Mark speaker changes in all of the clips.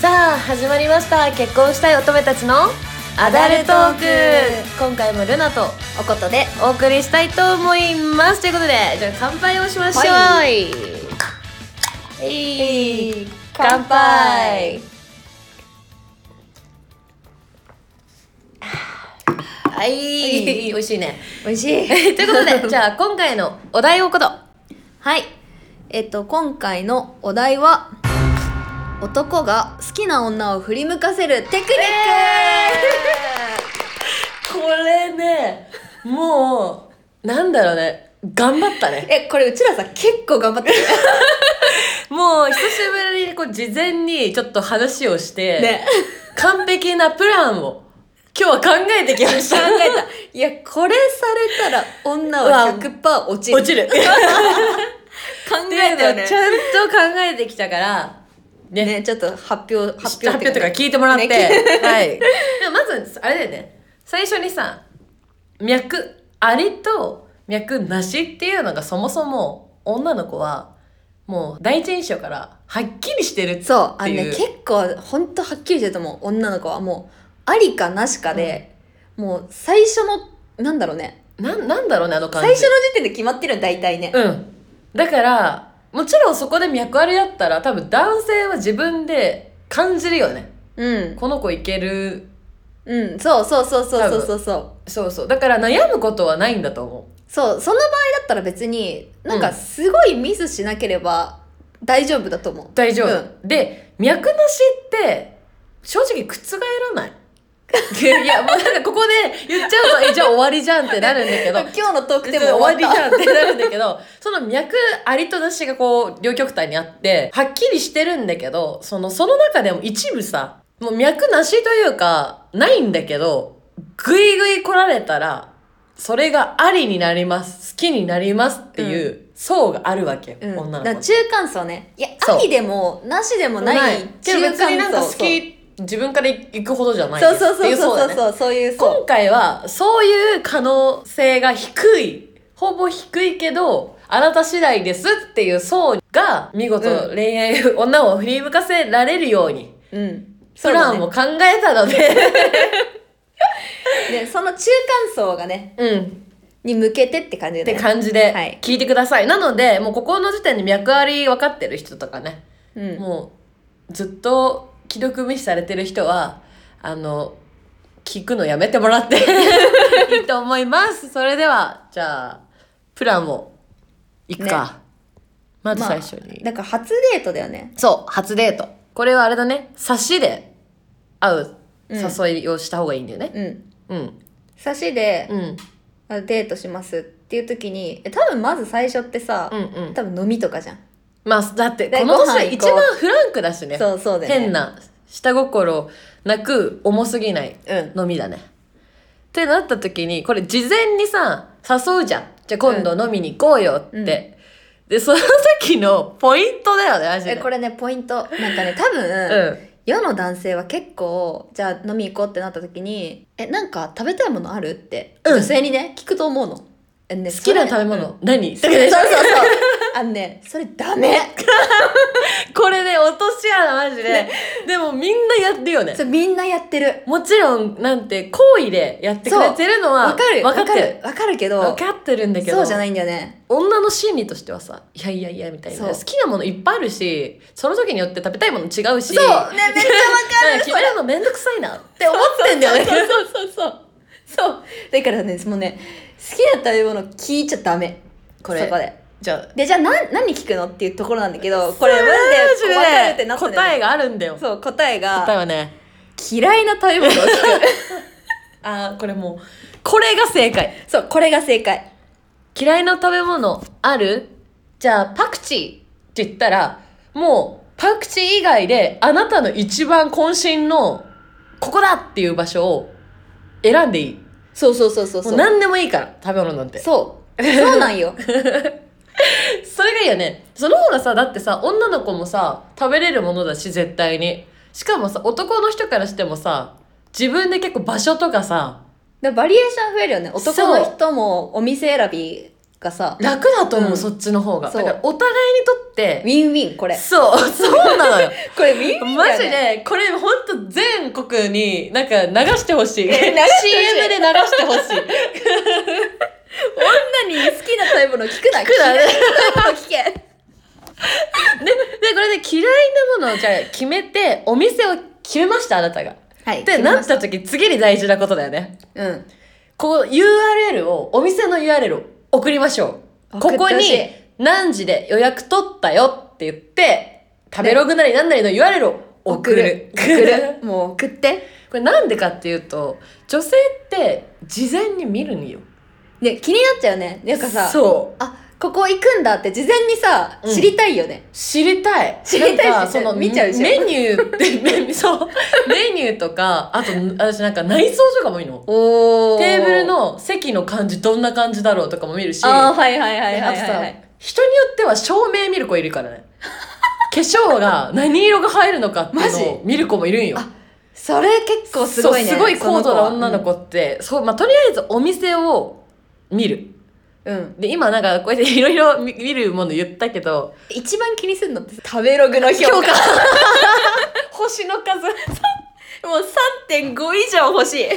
Speaker 1: さあ始まりました結婚したい乙女たちのアダルトーク今回もルナと
Speaker 2: おことで
Speaker 1: お送りしたいと思いますということでじゃあ乾杯をしましょう、
Speaker 2: は
Speaker 1: えい
Speaker 2: い
Speaker 1: 乾杯はい、美味しいね
Speaker 2: 美味しい
Speaker 1: ということでじゃあ今回のお題をおこと
Speaker 2: はいえっと今回のお題は男が好きな女を振り向かせるテクニック、
Speaker 1: これねもうなんだろうね頑張ったね
Speaker 2: えこれうちらさ結構頑 張ってる
Speaker 1: もう久しぶりにこう事前にちょっと話をして、
Speaker 2: ね
Speaker 1: 完璧なプランを今日は考えてきまし
Speaker 2: 考
Speaker 1: た。
Speaker 2: えたいやこれされたら女は100%落ちる
Speaker 1: 落ちる。っ
Speaker 2: 考
Speaker 1: て
Speaker 2: えた
Speaker 1: いう
Speaker 2: よ
Speaker 1: のを
Speaker 2: ね
Speaker 1: ちゃんと考えてきたから、ね、
Speaker 2: ねちょっと発表
Speaker 1: 発表発
Speaker 2: 発表
Speaker 1: 表とか
Speaker 2: ね
Speaker 1: 聞いてもらって、
Speaker 2: ね
Speaker 1: はい。でもまず、あれだよね、最初にさ、脈ありと脈なしっていうのがそもそも女の子は、もう第一印象からはっきりしてるっていう。
Speaker 2: そうあのね結構ほんとはっきりしてると思う女の子はもうありかなしかで、もう最初のなんだろうね
Speaker 1: なん、なんだろうね、あの感じ。
Speaker 2: 最初の時点で決まってるの大体ね、
Speaker 1: うん。だから、もちろんそこで脈ありだったら、多分男性は自分で感じるよね。
Speaker 2: うん、
Speaker 1: この子いける。
Speaker 2: うん、そうそうそうそうそうそうそう
Speaker 1: そうそう。だから悩むことはないんだと思
Speaker 2: そうその場合だったら別になん
Speaker 1: う
Speaker 2: か
Speaker 1: ん
Speaker 2: すごいミスしなければ大丈夫だと思う、
Speaker 1: う。大丈夫。
Speaker 2: う
Speaker 1: で、脈なしって、正直覆らない。 いや、もうなんかここで言っちゃうと、え、じゃあ終わりじゃんってなるんだけど。
Speaker 2: 今日のトーク
Speaker 1: で
Speaker 2: でも
Speaker 1: も終わ
Speaker 2: 終
Speaker 1: り
Speaker 2: わっ
Speaker 1: じ
Speaker 2: た
Speaker 1: ゃんってなるんだけど、 その脈ありとなしがこう、両極端にあって、はっきりしてるんだけど、その、その中でも一部さ、もう脈なしというか、ないんだけど、ぐいぐい来られたら、それがありになります、好きになりますっていう層があるわけよ、
Speaker 2: うん、
Speaker 1: 女の子
Speaker 2: だから
Speaker 1: に。
Speaker 2: 中間層ねいや
Speaker 1: そう
Speaker 2: ありでもなしでもない
Speaker 1: けど
Speaker 2: 中間
Speaker 1: 別になんか
Speaker 2: 層
Speaker 1: 好き、自分から行くほどじゃない
Speaker 2: そう
Speaker 1: です
Speaker 2: そう
Speaker 1: っ
Speaker 2: そ
Speaker 1: ていうう層
Speaker 2: そう
Speaker 1: だ
Speaker 2: そう
Speaker 1: ね
Speaker 2: そうそういう層
Speaker 1: 今回はそういう可能性が低いほぼ低いけどあなた次第ですっていう層が見事
Speaker 2: う
Speaker 1: 恋愛、女を振り向かせられるように
Speaker 2: うん
Speaker 1: プ
Speaker 2: そう
Speaker 1: ラ
Speaker 2: だ
Speaker 1: ンを
Speaker 2: ね
Speaker 1: 考えたので
Speaker 2: でその中間層がね
Speaker 1: うん
Speaker 2: に向けてって感じ
Speaker 1: って
Speaker 2: で、ね、
Speaker 1: 感じで
Speaker 2: はい
Speaker 1: 聞いてください、なのでもうここの時点で脈あり分かってる人とかね、
Speaker 2: うん
Speaker 1: もうずっと既読無視されてる人はあの聞くのやめてもら っていいと思いますそれではじゃあプランをいくか、まず最初に、
Speaker 2: なんか初デートだよね
Speaker 1: そう初デートこれはあれだね差しで会う
Speaker 2: うん
Speaker 1: 誘いをした方がいいんだよね
Speaker 2: う
Speaker 1: う
Speaker 2: ん
Speaker 1: ん
Speaker 2: 差しで
Speaker 1: う、ん
Speaker 2: あデートしますっていう時にえ多分まず最初ってさ、
Speaker 1: うんうん
Speaker 2: 多分飲みとかじゃん、
Speaker 1: まあだって
Speaker 2: で
Speaker 1: この
Speaker 2: ご
Speaker 1: 年
Speaker 2: 飯行
Speaker 1: 一
Speaker 2: こう
Speaker 1: 番フランクだしね
Speaker 2: そうそうだよね
Speaker 1: 変な下心なく重すぎない
Speaker 2: うん
Speaker 1: 飲みだね。ってなった時にこれ事前にさ誘うじゃん。じゃあ今度飲みに行こうよって。
Speaker 2: うん
Speaker 1: でその時のポイントだよねマジで。
Speaker 2: えこれねポイントなんかね多分、
Speaker 1: うん。
Speaker 2: 世の男性は結構じゃあ飲み行こうってなった時に「えなんか食べたいものある?」って、
Speaker 1: うん
Speaker 2: 女性にね聞くと思うの。えね、
Speaker 1: 好きな
Speaker 2: そ
Speaker 1: 食べ
Speaker 2: れ
Speaker 1: 物、何
Speaker 2: そうそうそうあのねそれダメ
Speaker 1: これね落とし穴マジで、
Speaker 2: ね
Speaker 1: でもみんなやってるよね
Speaker 2: それみんなやってる
Speaker 1: もちろんなんて行為でやってくれてるのは
Speaker 2: わかる
Speaker 1: 分か
Speaker 2: わ
Speaker 1: ってる
Speaker 2: わかるけど
Speaker 1: 分かってるんだけど
Speaker 2: そうじゃないんだよね
Speaker 1: 女の心理としてはさ「いやいやいや」みたいな
Speaker 2: そう
Speaker 1: 好きなものいっぱいあるしその時によって食べたいもの違うし
Speaker 2: そうねめっちゃわ
Speaker 1: なん
Speaker 2: かる
Speaker 1: か
Speaker 2: そ
Speaker 1: 決
Speaker 2: れ
Speaker 1: めるのめんどくさいなって思ってんだよね。
Speaker 2: そうそうそうそうそうだからねもうね好きな食べ物聞いちゃダメ
Speaker 1: これ
Speaker 2: そこで
Speaker 1: じゃあ、
Speaker 2: でじゃあ何何聞くのっていうところなんだけどこれマジで分かるってなったんだよ
Speaker 1: 答
Speaker 2: ね
Speaker 1: えがあるんだよ。
Speaker 2: そう答えが
Speaker 1: 答えはね。
Speaker 2: 嫌いな食べ物を聞く
Speaker 1: あーこれもう、これが正解。
Speaker 2: そうこれが正解
Speaker 1: 嫌いな食べ物あるじゃあ、パクチーって言ったら、もう、パクチー以外で、あなたの一番渾身の、ここだっていう場所を選んでいい。
Speaker 2: そうそうそうそう
Speaker 1: も
Speaker 2: そう
Speaker 1: う何でもいいから、食べ物なんて。
Speaker 2: そうそうなんよ
Speaker 1: それがいいよねその方がさだってさ女の子もさ食べれるものだし絶対にしかもさ男の人からしてもさ自分で結構場所とかさ
Speaker 2: でバリエーション増えるよね男の人もお店選びがさ
Speaker 1: 楽だと思う、
Speaker 2: うん
Speaker 1: そっちの方が
Speaker 2: そう
Speaker 1: だからお互いにとっ
Speaker 2: ウ
Speaker 1: て
Speaker 2: ィンウィンこれ
Speaker 1: そうそうな のよ
Speaker 2: これウィンウィンだ
Speaker 1: マ
Speaker 2: よ
Speaker 1: ジ
Speaker 2: ね
Speaker 1: でこれほんと全国になんか流してほしい CM
Speaker 2: 流し
Speaker 1: で
Speaker 2: て
Speaker 1: 流
Speaker 2: ほ しい
Speaker 1: してほしい
Speaker 2: 女に好きなタイプの聞くな聞
Speaker 1: くな
Speaker 2: な聞け
Speaker 1: でこれで嫌いなものをじゃあ決めてお店を決めましたあなたが。
Speaker 2: はい
Speaker 1: でなった時次に大事なことだよね。
Speaker 2: うん
Speaker 1: こう URL をお店の URL を送りましょう。
Speaker 2: 送
Speaker 1: こ
Speaker 2: ってほ
Speaker 1: こ
Speaker 2: しい
Speaker 1: に何時で予約取ったよって言って食べログなり何なりの URL を送る。
Speaker 2: 送る もう送って
Speaker 1: これなんでかっていうと女性って事前に見るんよ。
Speaker 2: ね気になっちゃうねなんかさ
Speaker 1: そう
Speaker 2: あここ行くんだって事前にさ
Speaker 1: うん
Speaker 2: 知りたいよね、
Speaker 1: 知りたい
Speaker 2: 知りたいし
Speaker 1: なんかその
Speaker 2: 見ちゃうじゃん
Speaker 1: メニュー ってメそうメニューとかあと私なんか内装とかもいいの
Speaker 2: おー
Speaker 1: テーブルの席の感じどんな感じだろうとかも見るし
Speaker 2: あーはいはいはいはい
Speaker 1: あ
Speaker 2: はい、
Speaker 1: と
Speaker 2: はい、
Speaker 1: さ人によっては照明見る子いるから ね化粧が何色が入るのかっていうのを見る子もいるんよ
Speaker 2: マジそれ結構すごいね
Speaker 1: そうすごい高度な女の
Speaker 2: そ
Speaker 1: 子ってそう、まあ、とりあえずお店を見る
Speaker 2: 子はうん、うん
Speaker 1: で今なんかこうやって いろいろ見見るもの言ったけど
Speaker 2: 一番気にするのって食べログの評価
Speaker 1: 評価 星の数
Speaker 2: もう3.5以上欲し い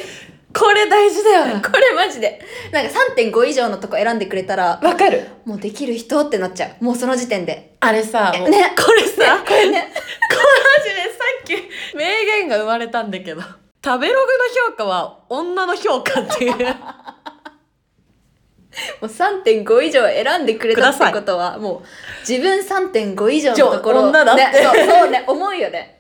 Speaker 1: これ大事だよね
Speaker 2: これマジでなんか3.5以上のとこ選んでくれたら
Speaker 1: わかる
Speaker 2: もうできる人ってなっちゃうもうその時点で
Speaker 1: あれさ、もう
Speaker 2: ね
Speaker 1: これさ、
Speaker 2: これね
Speaker 1: マジでさっき名言が生まれたんだけど、食べログの評価は女の評価っていう。
Speaker 2: もう3.5以上選んでくれた
Speaker 1: くださ
Speaker 2: っ
Speaker 1: い
Speaker 2: てことはもう自分3.5以上のところ
Speaker 1: 女だって
Speaker 2: ね、そうそうね思うよね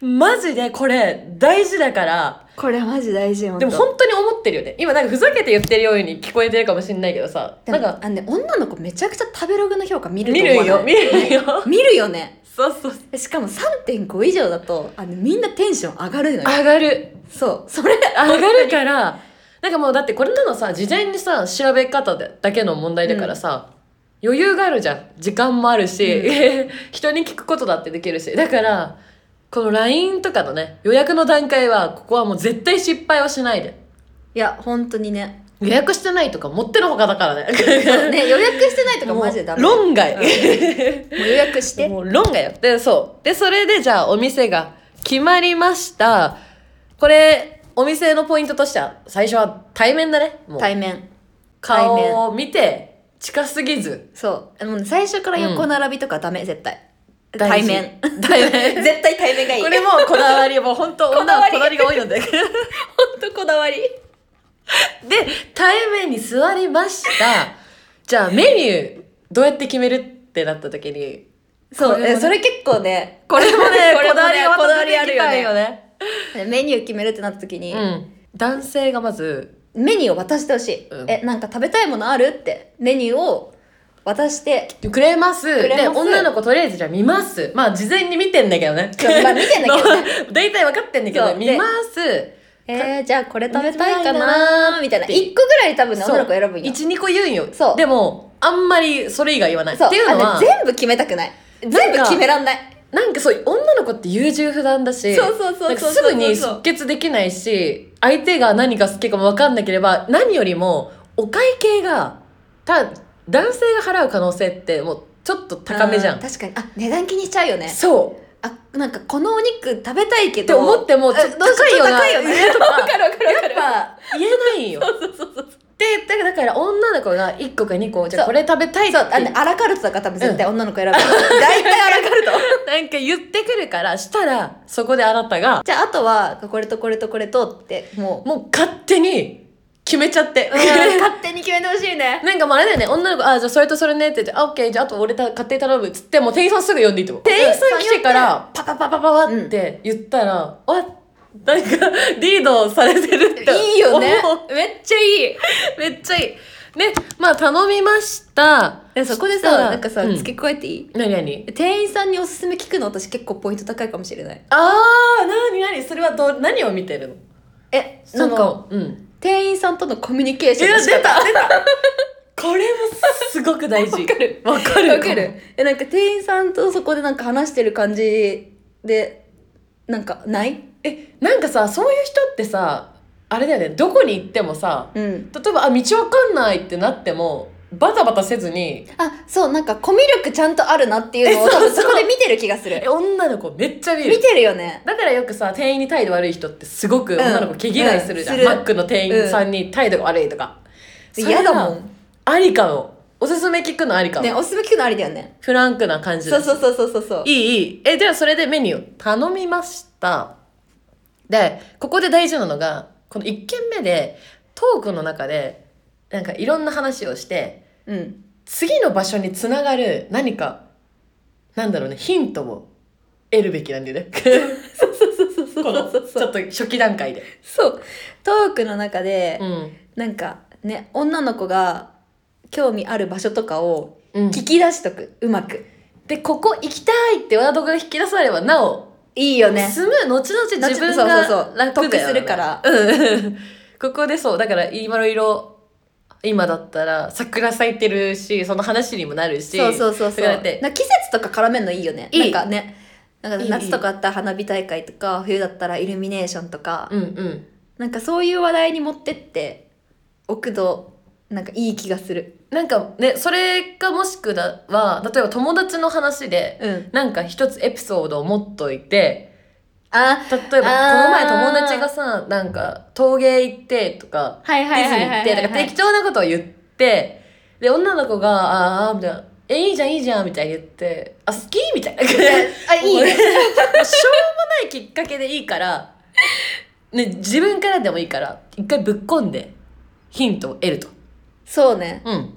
Speaker 1: マジでこれ大事だから、
Speaker 2: これマジ大事よ
Speaker 1: でも本当に思ってるよね。今なんかふざけて言ってるように聞こえてるかもしんないけどさ、
Speaker 2: で
Speaker 1: なん
Speaker 2: も
Speaker 1: か
Speaker 2: あのね、女の子めちゃくちゃ食べログの評価見ると
Speaker 1: 見
Speaker 2: 思わな
Speaker 1: る
Speaker 2: い
Speaker 1: よ、見る よ。
Speaker 2: 見るよね
Speaker 1: そうそう。
Speaker 2: しかも3.5以上だとあのみんなテンション上がるのよ
Speaker 1: 上がる。
Speaker 2: そうそれ
Speaker 1: 上がるから、なんかもうだってこれなのさ、事前にさ、調べ方でだけの問題だからさ、余裕があるじゃん。時間もあるし、 人に聞くことだってできるし。だから、この LINE とかのね、予約の段階は、ここはもう絶対失敗はしないで。
Speaker 2: いや本当にね
Speaker 1: 予約してないとか、持ってのほかだからね。
Speaker 2: そう ね予約して ないとか
Speaker 1: もう
Speaker 2: マジでダメも
Speaker 1: 論外。
Speaker 2: う予約して
Speaker 1: もう論外よ。で、そう。で、それでじゃあお店が決まりました。これ、お店のポイントとしては、最初は対面だね。もう
Speaker 2: 対面対面
Speaker 1: 顔を見て近すぎず
Speaker 2: そうもう最初から横並びとかダメ、絶対
Speaker 1: 大
Speaker 2: 対
Speaker 1: 事
Speaker 2: 面
Speaker 1: 対面
Speaker 2: 絶対対面がいい
Speaker 1: これもこだわりもう本当
Speaker 2: こ
Speaker 1: 女
Speaker 2: だわ
Speaker 1: は
Speaker 2: り
Speaker 1: こだわりが多いので で
Speaker 2: 本当こだわり
Speaker 1: 対面に座りましたじゃあメニューどうやって決めるってなった時に
Speaker 2: そ
Speaker 1: こ
Speaker 2: う、
Speaker 1: れもね
Speaker 2: えそれ結構ね
Speaker 1: これもねこだわりは こ
Speaker 2: こだ
Speaker 1: だ
Speaker 2: わ
Speaker 1: わ
Speaker 2: り
Speaker 1: り
Speaker 2: あ
Speaker 1: あ
Speaker 2: る
Speaker 1: る
Speaker 2: よ
Speaker 1: よ
Speaker 2: ね
Speaker 1: ね
Speaker 2: メニュー決めるってなった時に、
Speaker 1: うん男性がまず
Speaker 2: メニューを渡してほしい、
Speaker 1: うん
Speaker 2: えなんか食べたいものあるってメニューを渡して
Speaker 1: 「くれます」
Speaker 2: くれ
Speaker 1: で
Speaker 2: ます
Speaker 1: 女の子とりあえずじゃあ見ますまあ事前に見てんだけどね
Speaker 2: そうまあ見てんだけど ね
Speaker 1: 大体分かってんだけど、
Speaker 2: そうで
Speaker 1: 見ます
Speaker 2: えー、じゃあこれ食べたい
Speaker 1: 食
Speaker 2: か
Speaker 1: べたい
Speaker 2: な
Speaker 1: な
Speaker 2: みたいな
Speaker 1: って
Speaker 2: 1個ぐらい多分ね
Speaker 1: そう
Speaker 2: 女の子選ぶんよ
Speaker 1: 12個言うんよ
Speaker 2: そう
Speaker 1: でもあんまりそれ以外言わないって
Speaker 2: そう
Speaker 1: いうの
Speaker 2: あ
Speaker 1: は
Speaker 2: ね全部決めたくない全部決めらんない
Speaker 1: なんかそう女の子って優柔不断だし
Speaker 2: そうそうそうそう
Speaker 1: なんかすぐに即決できないし相手が何が好きかも分かんなければ何よりもお会計がた男性が払う可能性ってもうちょっと高めじゃ
Speaker 2: あー
Speaker 1: ん。
Speaker 2: 確かにあ値段気にしちゃうよね
Speaker 1: そう
Speaker 2: あなんかこのお肉食べたいけ
Speaker 1: って
Speaker 2: ど
Speaker 1: 思ってもちょっと高いよな
Speaker 2: 高いよね
Speaker 1: と
Speaker 2: わ
Speaker 1: か
Speaker 2: かるわかるわ
Speaker 1: や
Speaker 2: かる
Speaker 1: っぱ言えないよ。でだからだから女の子が1個か2個じゃあ
Speaker 2: そ
Speaker 1: こ
Speaker 2: う
Speaker 1: れ食べたいって
Speaker 2: そうあのアラカルトとか多分絶対女の子 選ぶ、大体アラカルト
Speaker 1: なんか言ってくるからしたらそこであなたが
Speaker 2: じゃああとはこれとこれとこれとってもう
Speaker 1: もう勝手に決めちゃって。
Speaker 2: 勝手に決めてほしいね
Speaker 1: なんかもうあれだよね、女の子、あ、じゃあそれとそれねって言って、あ、オッケー、じゃああと俺た勝手に頼むっつって、もう店員さんすぐ呼んでいいってこと
Speaker 2: ん
Speaker 1: 店員さん来てから、パパパパパパ
Speaker 2: うん
Speaker 1: って言ったら、あ、なんか、リードされてるって思う。
Speaker 2: いいよね
Speaker 1: めっちゃいい。めっちゃいい。ね、まあ頼みました。
Speaker 2: でそこで
Speaker 1: した
Speaker 2: さ
Speaker 1: ら
Speaker 2: なんかさ、
Speaker 1: うん
Speaker 2: 付け加えていい
Speaker 1: なになに
Speaker 2: 店員さんにおすすめ聞くの私結構ポイント高いかもしれない
Speaker 1: あー、なになにそれはどう、何を見てるの
Speaker 2: えなん
Speaker 1: そ
Speaker 2: か
Speaker 1: のうん。
Speaker 2: 店員さんとのコミュニケー
Speaker 1: い
Speaker 2: ションの
Speaker 1: や、
Speaker 2: 仕方
Speaker 1: 出た、出た。これもすごく大事。
Speaker 2: わかる
Speaker 1: わかる。
Speaker 2: わかるえなんか店員さんとそこでなんか話してる感じでなんかない
Speaker 1: えなんかさそういう人ってさあれだよねどこに行ってもさ
Speaker 2: うん
Speaker 1: 例えばあ道わかんないってなってもバタバタせずに、
Speaker 2: あそうなんかコミュ力ちゃんとあるなっていうのを
Speaker 1: えそ
Speaker 2: 多
Speaker 1: うそう
Speaker 2: 分そこで見てる気がする
Speaker 1: え、女の子めっちゃ見
Speaker 2: 見
Speaker 1: る。
Speaker 2: てるよね
Speaker 1: だからよくさ、店員に態度悪い人ってすごく
Speaker 2: うん
Speaker 1: 女の子毛嫌いするじゃん。
Speaker 2: うんす
Speaker 1: マ
Speaker 2: る
Speaker 1: ックの店員さんに態度が悪いとか。それ
Speaker 2: 嫌
Speaker 1: は
Speaker 2: だもん
Speaker 1: ありかも。おすすめ聞くのありかも。
Speaker 2: ねおすすめ聞くのありだよね
Speaker 1: フランクな感じだ
Speaker 2: そう
Speaker 1: し
Speaker 2: そうそうそうそうそう
Speaker 1: いいいいえじゃあそれでメニュー頼みましたでここで大事なのがこの1軒目でトークの中でなんかいろんな話をして
Speaker 2: うん
Speaker 1: 次の場所につながる何かなんだろうねヒントを得るべきなんだよね
Speaker 2: そうそう そ
Speaker 1: この
Speaker 2: う
Speaker 1: ち
Speaker 2: そ
Speaker 1: ょ
Speaker 2: う
Speaker 1: っ
Speaker 2: そう
Speaker 1: と初期段階で、
Speaker 2: そうトークの中で、
Speaker 1: うん
Speaker 2: なんかね女の子が興味ある場所とかを
Speaker 1: うん、
Speaker 2: 聞き出しとく、うまく
Speaker 1: でここ行きたいってワードが引き出されればなお
Speaker 2: いいよね
Speaker 1: 住む後々自分
Speaker 2: 後々そうそうそ
Speaker 1: が楽
Speaker 2: う
Speaker 1: だよ、ね、
Speaker 2: 得するから
Speaker 1: うんここでそうだから今の色今だったら桜咲いてるしその話にもなるし
Speaker 2: そうそうそう
Speaker 1: だか
Speaker 2: そう
Speaker 1: ら
Speaker 2: な
Speaker 1: だ
Speaker 2: ん
Speaker 1: って
Speaker 2: か季節とか絡めるのいいよね
Speaker 1: いい
Speaker 2: なんかねなん
Speaker 1: い
Speaker 2: か
Speaker 1: い
Speaker 2: 夏とかあったら花火大会とか冬だったらイルミネーションとか、
Speaker 1: うんうん
Speaker 2: なんかそういう話題に持ってっておくとなんかいい気がする
Speaker 1: なんかねそれがもしくは例えば友達の話で
Speaker 2: うん
Speaker 1: なんか一つエピソードを持っといて
Speaker 2: あ
Speaker 1: 例えばこの前
Speaker 2: あー
Speaker 1: 友達がさなんか陶芸行ってとか
Speaker 2: はい
Speaker 1: ディズニー行って、だから適当なことを言って、で、女の子が、あーあー、みたいな、え、いいじゃん、いいじゃん、みたいに言って、あ、好きみたいな。 しょう
Speaker 2: あ いいね
Speaker 1: もないきっかけでいいから、ね、自分からでもいいから、一回ぶっこんで、ヒントを得ると。
Speaker 2: そうね
Speaker 1: うん。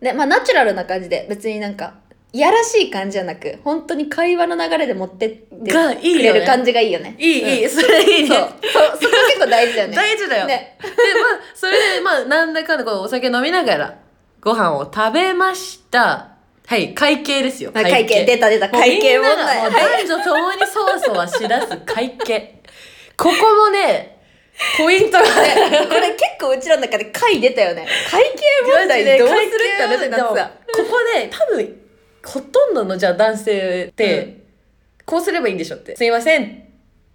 Speaker 2: でまあナチュラルな感じで別になんかいやらしい感じじゃなく本当に会話の流れで持ってって
Speaker 1: がいいよね
Speaker 2: くれる感じがいいよね
Speaker 1: いい、い
Speaker 2: い
Speaker 1: い、それいい
Speaker 2: そう
Speaker 1: ね。
Speaker 2: そうそこ結構大事だよね
Speaker 1: 大事だよ。
Speaker 2: ね
Speaker 1: で、まあ、それで、まあ、なんだかんだ、こう、お酒飲みながら、ご飯を食べました。はい、会計ですよ。
Speaker 2: あ会計出た出た
Speaker 1: もうみ
Speaker 2: 会計
Speaker 1: ん
Speaker 2: 問
Speaker 1: ながもう
Speaker 2: 題
Speaker 1: 男女ともにそわそわしだす会計。ここもね、ポイントがね、
Speaker 2: これ結構うちらの中で会出たよね会計問題どうするって話になってた
Speaker 1: ここで、多分、ほとんどのじゃあ男性って、こうすればいいんでしょって、すいませんっ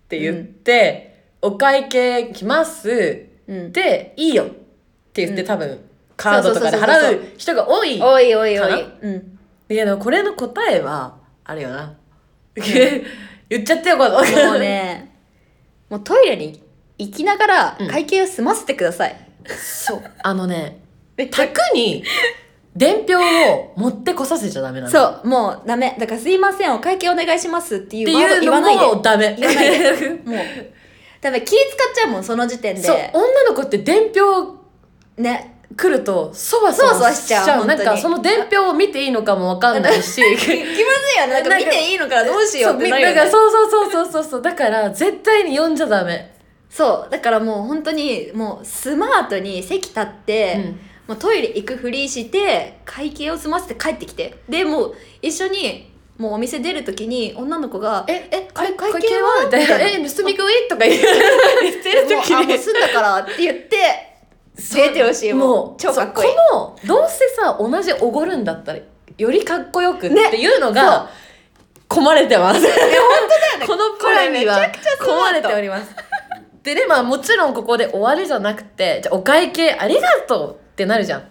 Speaker 1: て言って、お会計来ます。
Speaker 2: うん
Speaker 1: で、いいよって言って、
Speaker 2: うん
Speaker 1: 多分、カードとかで払う人が多い。
Speaker 2: おいおいお
Speaker 1: かない
Speaker 2: うん
Speaker 1: いや、でもこれの答えは、あれよな。 言っちゃってよ、この。
Speaker 2: もうねもうトイレに行きながら
Speaker 1: うん
Speaker 2: 会計を済ませてください、
Speaker 1: そう。あのね、
Speaker 2: めっちゃ
Speaker 1: 宅に伝票を持ってこさせちゃダメなの。っ
Speaker 2: そうもうダメだから「すいませんお会計お願いします」ってい
Speaker 1: て
Speaker 2: うワード
Speaker 1: い
Speaker 2: 言
Speaker 1: う
Speaker 2: わないで
Speaker 1: のもダメ。
Speaker 2: 言わないでもうダメ気使っちゃうもんその時点
Speaker 1: そう、
Speaker 2: で
Speaker 1: 女の子って伝票
Speaker 2: ね
Speaker 1: 来ると、そわそ
Speaker 2: そわそ
Speaker 1: わ
Speaker 2: わ
Speaker 1: し
Speaker 2: し
Speaker 1: ち
Speaker 2: ち
Speaker 1: ゃ
Speaker 2: ゃ
Speaker 1: う。
Speaker 2: う本
Speaker 1: な
Speaker 2: 当
Speaker 1: ん
Speaker 2: に
Speaker 1: か、その伝票を見ていいのかもわかんない し。
Speaker 2: 気まずいよねなんか見ていいのかなどうしよ
Speaker 1: そうみ
Speaker 2: って
Speaker 1: ん
Speaker 2: な
Speaker 1: な
Speaker 2: るよね
Speaker 1: がそうそうそうそうそうそうだから絶対に読んじゃダメ、
Speaker 2: そうだからもう本当にもうスマートに席立って、
Speaker 1: うん
Speaker 2: もうトイレ行くふりして会計を済ませて帰ってきてでもう一緒にもうお店出る時に女の子が「
Speaker 1: え
Speaker 2: え
Speaker 1: 会
Speaker 2: 会会
Speaker 1: 計
Speaker 2: 計
Speaker 1: は
Speaker 2: は?」
Speaker 1: み
Speaker 2: み
Speaker 1: た
Speaker 2: た
Speaker 1: い
Speaker 2: い
Speaker 1: な
Speaker 2: な
Speaker 1: 「え盗み食い?」とか言う言ってる
Speaker 2: もう
Speaker 1: 時
Speaker 2: あも
Speaker 1: に
Speaker 2: う済んだから」って言って
Speaker 1: そう
Speaker 2: 出てほしいもう
Speaker 1: もう
Speaker 2: 超かっこいい
Speaker 1: そうこのどうせさ同じおごるんだったらよりかっこよくって
Speaker 2: ね
Speaker 1: いうのが、込まれてますこのプランには
Speaker 2: これめちゃくちゃスマー
Speaker 1: 込
Speaker 2: ト
Speaker 1: まれておりますでねまあもちろんここで終わりじゃなくてじゃあお会計ありがとうってなるじゃん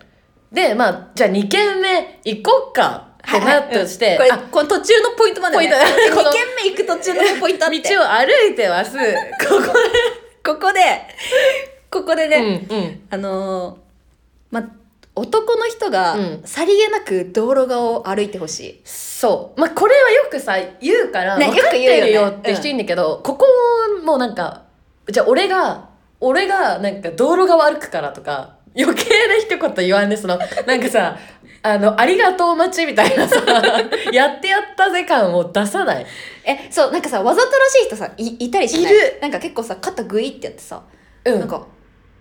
Speaker 1: でまあじゃあ2軒目行こっかってなっとして、
Speaker 2: はい
Speaker 1: あ
Speaker 2: はいうんこれこの途中のポイントまで、ね、
Speaker 1: ポイ ント
Speaker 2: 2
Speaker 1: この
Speaker 2: 軒目行く途中のポイントあっ
Speaker 1: 道
Speaker 2: て
Speaker 1: を歩いて ますここ
Speaker 2: ここでここで
Speaker 1: ね
Speaker 2: ね、
Speaker 1: うん
Speaker 2: あのーま男の人が
Speaker 1: うん
Speaker 2: さりげなく道路側を歩いてほしい、
Speaker 1: そうまあこれはよくさ言うから、
Speaker 2: ね
Speaker 1: 分かってるよ
Speaker 2: よく言うよね
Speaker 1: って人いいんだけど、ここもなんかじゃあ俺が俺がなんか道路が歩くからとか余計な一言言わんねそのなんかさあのありがとう待ちみたいなさ やってやったぜ感を出さない
Speaker 2: えそうなんかさわざとらしい人さいいたりしない
Speaker 1: いる
Speaker 2: なんか結構さ肩グイってやってさ、
Speaker 1: うん
Speaker 2: なんか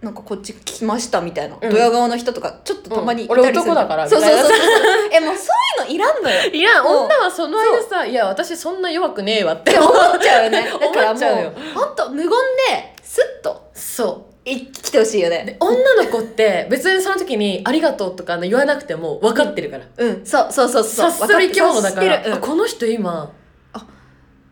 Speaker 2: なんかこっち来ましたみたいな、
Speaker 1: うん
Speaker 2: ドヤ顔の人とかちょっとたまにいた
Speaker 1: うん
Speaker 2: りする、
Speaker 1: 俺男だから
Speaker 2: そうそう
Speaker 1: みた
Speaker 2: そ
Speaker 1: いうな
Speaker 2: そう えもうそういうのいらんのよ
Speaker 1: いや
Speaker 2: もう
Speaker 1: 女はその間さ「いや私そんな弱くねえわ」って
Speaker 2: 思っちゃうよねだから
Speaker 1: 思っちゃう
Speaker 2: も
Speaker 1: よ
Speaker 2: うほんと無言ですっと
Speaker 1: そう
Speaker 2: い来てほしいよね
Speaker 1: で女の子って別にその時に「ありがとう」とか言わなくても分かってるから、
Speaker 2: うんそうそうそうそう
Speaker 1: 察する生き物だから
Speaker 2: 分、っ
Speaker 1: あ
Speaker 2: て
Speaker 1: この人今
Speaker 2: あ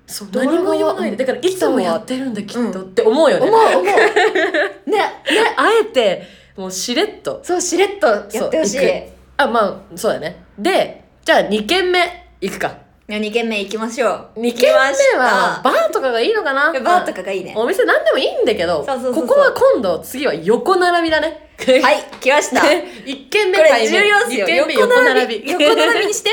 Speaker 1: そう
Speaker 2: 動画は
Speaker 1: 何も言わないでだからいつもやってるんだきっとって思うよ
Speaker 2: 察す
Speaker 1: ね、
Speaker 2: る思う思うね
Speaker 1: あえてもうしれっと
Speaker 2: そうしれっとやってほしい
Speaker 1: そう行あ、まあ、そうだね。で、じゃあ2軒目行くか。
Speaker 2: いや2軒目行きましょう
Speaker 1: 2軒目は、バーとかがいいのかな
Speaker 2: 行きましたバーとかがいいね
Speaker 1: お店なんでもいいんだけど、
Speaker 2: そうそうそうそう
Speaker 1: ここは今度、次は横並びだね。。
Speaker 2: は いい来ましたこ
Speaker 1: 1軒目
Speaker 2: れ
Speaker 1: 対面
Speaker 2: 重要っす
Speaker 1: 二
Speaker 2: よ
Speaker 1: 軒目
Speaker 2: 横
Speaker 1: 横
Speaker 2: 並
Speaker 1: 並
Speaker 2: び
Speaker 1: び。
Speaker 2: 横並びにして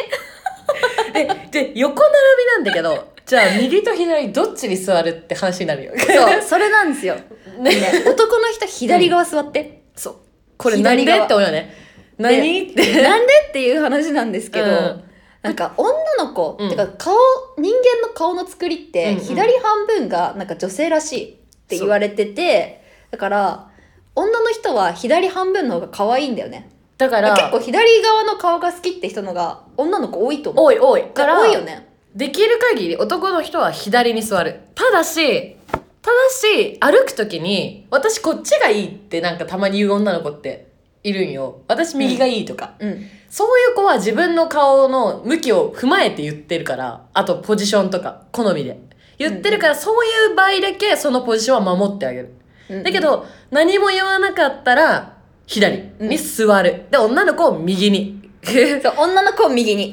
Speaker 1: で、横並びなんだけど、じゃあ右と左どっちに座るって話になる よ。
Speaker 2: そうそれなん ですよ、ね、
Speaker 1: ね。
Speaker 2: 男の人左側座って、
Speaker 1: そう。これなんで
Speaker 2: 左側
Speaker 1: って思うよね。何って。
Speaker 2: なんでっていう話なんですけど、
Speaker 1: うん
Speaker 2: なんか女の子、
Speaker 1: うん
Speaker 2: てか顔人間の顔の作りって
Speaker 1: うんうん
Speaker 2: 左半分がなんか女性らしいって言われててだから女の人は左半分の方が可愛いんだよね
Speaker 1: だから、
Speaker 2: 結構左側の顔が好きって人のが女の子多いと思う
Speaker 1: 多い多い。から、
Speaker 2: 多いよね
Speaker 1: できる限り男の人は左に座る。ただし、ただし、歩くときに、私こっちがいいってなんかたまに言う女の子っているんよ。私右がいいとか。
Speaker 2: うん
Speaker 1: そういう子は自分の顔の向きを踏まえて言ってるから、あとポジションとか、好みで。言ってるから、そういう場合だけそのポジションは守ってあげる。
Speaker 2: うん
Speaker 1: だけど、何も言わなかったら、左に座る。で、女の子を右に。
Speaker 2: そう女の子を右に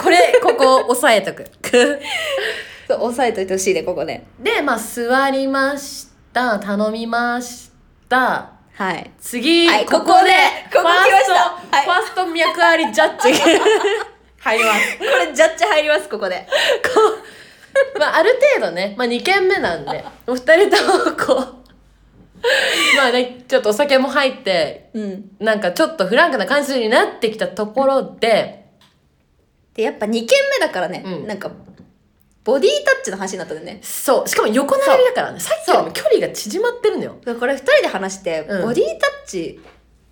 Speaker 1: これ、ここ 押さえとく。
Speaker 2: そう押さえといてほしいねここね
Speaker 1: で、まあ、座りました。頼みました。
Speaker 2: はい
Speaker 1: 次、
Speaker 2: はいここでここ来ま
Speaker 1: ファース
Speaker 2: した
Speaker 1: ト、
Speaker 2: はい
Speaker 1: ファースト脈ありジャッジ。 入ります。
Speaker 2: これジャッジ入りますここで
Speaker 1: まあ、ある程度ね、まあ、2軒目なんで、お二人ともこう、 まあね、ちょっとお酒も入って、
Speaker 2: うん
Speaker 1: なんかちょっとフランクな感じになってきたところで、
Speaker 2: でやっぱ2軒目だからね、
Speaker 1: うん
Speaker 2: なんかボディタッチの話になったんだよね
Speaker 1: そう、しかも横並びだからね、さっきよりも距離が縮まってるのよ。
Speaker 2: これ2人で話して、
Speaker 1: うん
Speaker 2: ボディタッチ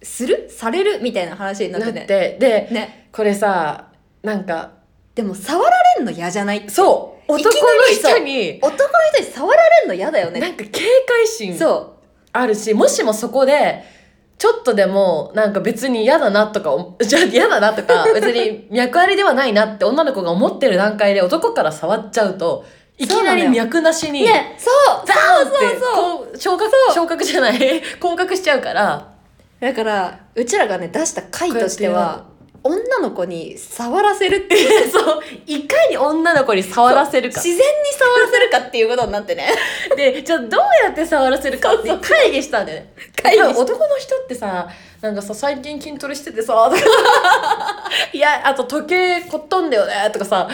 Speaker 2: するされるみたいな話になっ
Speaker 1: な
Speaker 2: て
Speaker 1: っ
Speaker 2: ね
Speaker 1: て、で、
Speaker 2: ね
Speaker 1: これさ、なんか、
Speaker 2: でも触られんの嫌じゃない
Speaker 1: そう、
Speaker 2: いきな
Speaker 1: 男の
Speaker 2: り
Speaker 1: 人に、
Speaker 2: 男の人に触られんの嫌だよ
Speaker 1: なん
Speaker 2: ね
Speaker 1: か警戒心
Speaker 2: そ
Speaker 1: あるし、もしもそこで、ちょっとでも、なんか別に嫌だなとか 思、じゃあ嫌だなとか、別に脈ありではないなって女の子が思ってる段階で男から触っちゃうと、いきなり脈なし
Speaker 2: う
Speaker 1: に、
Speaker 2: ねそう
Speaker 1: ザーンって
Speaker 2: そうそうそう
Speaker 1: こう昇格、昇格じゃない、 降格しちゃうから、
Speaker 2: だからうちらがね出した回としては女の子に触らせるっていう
Speaker 1: そう、いかに女の子に触らせるか
Speaker 2: 自。然に触らせるかっていうことになってね
Speaker 1: で、じゃあどうやって触らせるかって会議したんだよね。
Speaker 2: 会議
Speaker 1: 多分
Speaker 2: して
Speaker 1: 男の人ってさ、なんかさ、最近筋トレしててさ、とか いや、あと時計こっとんだよね、とかさ、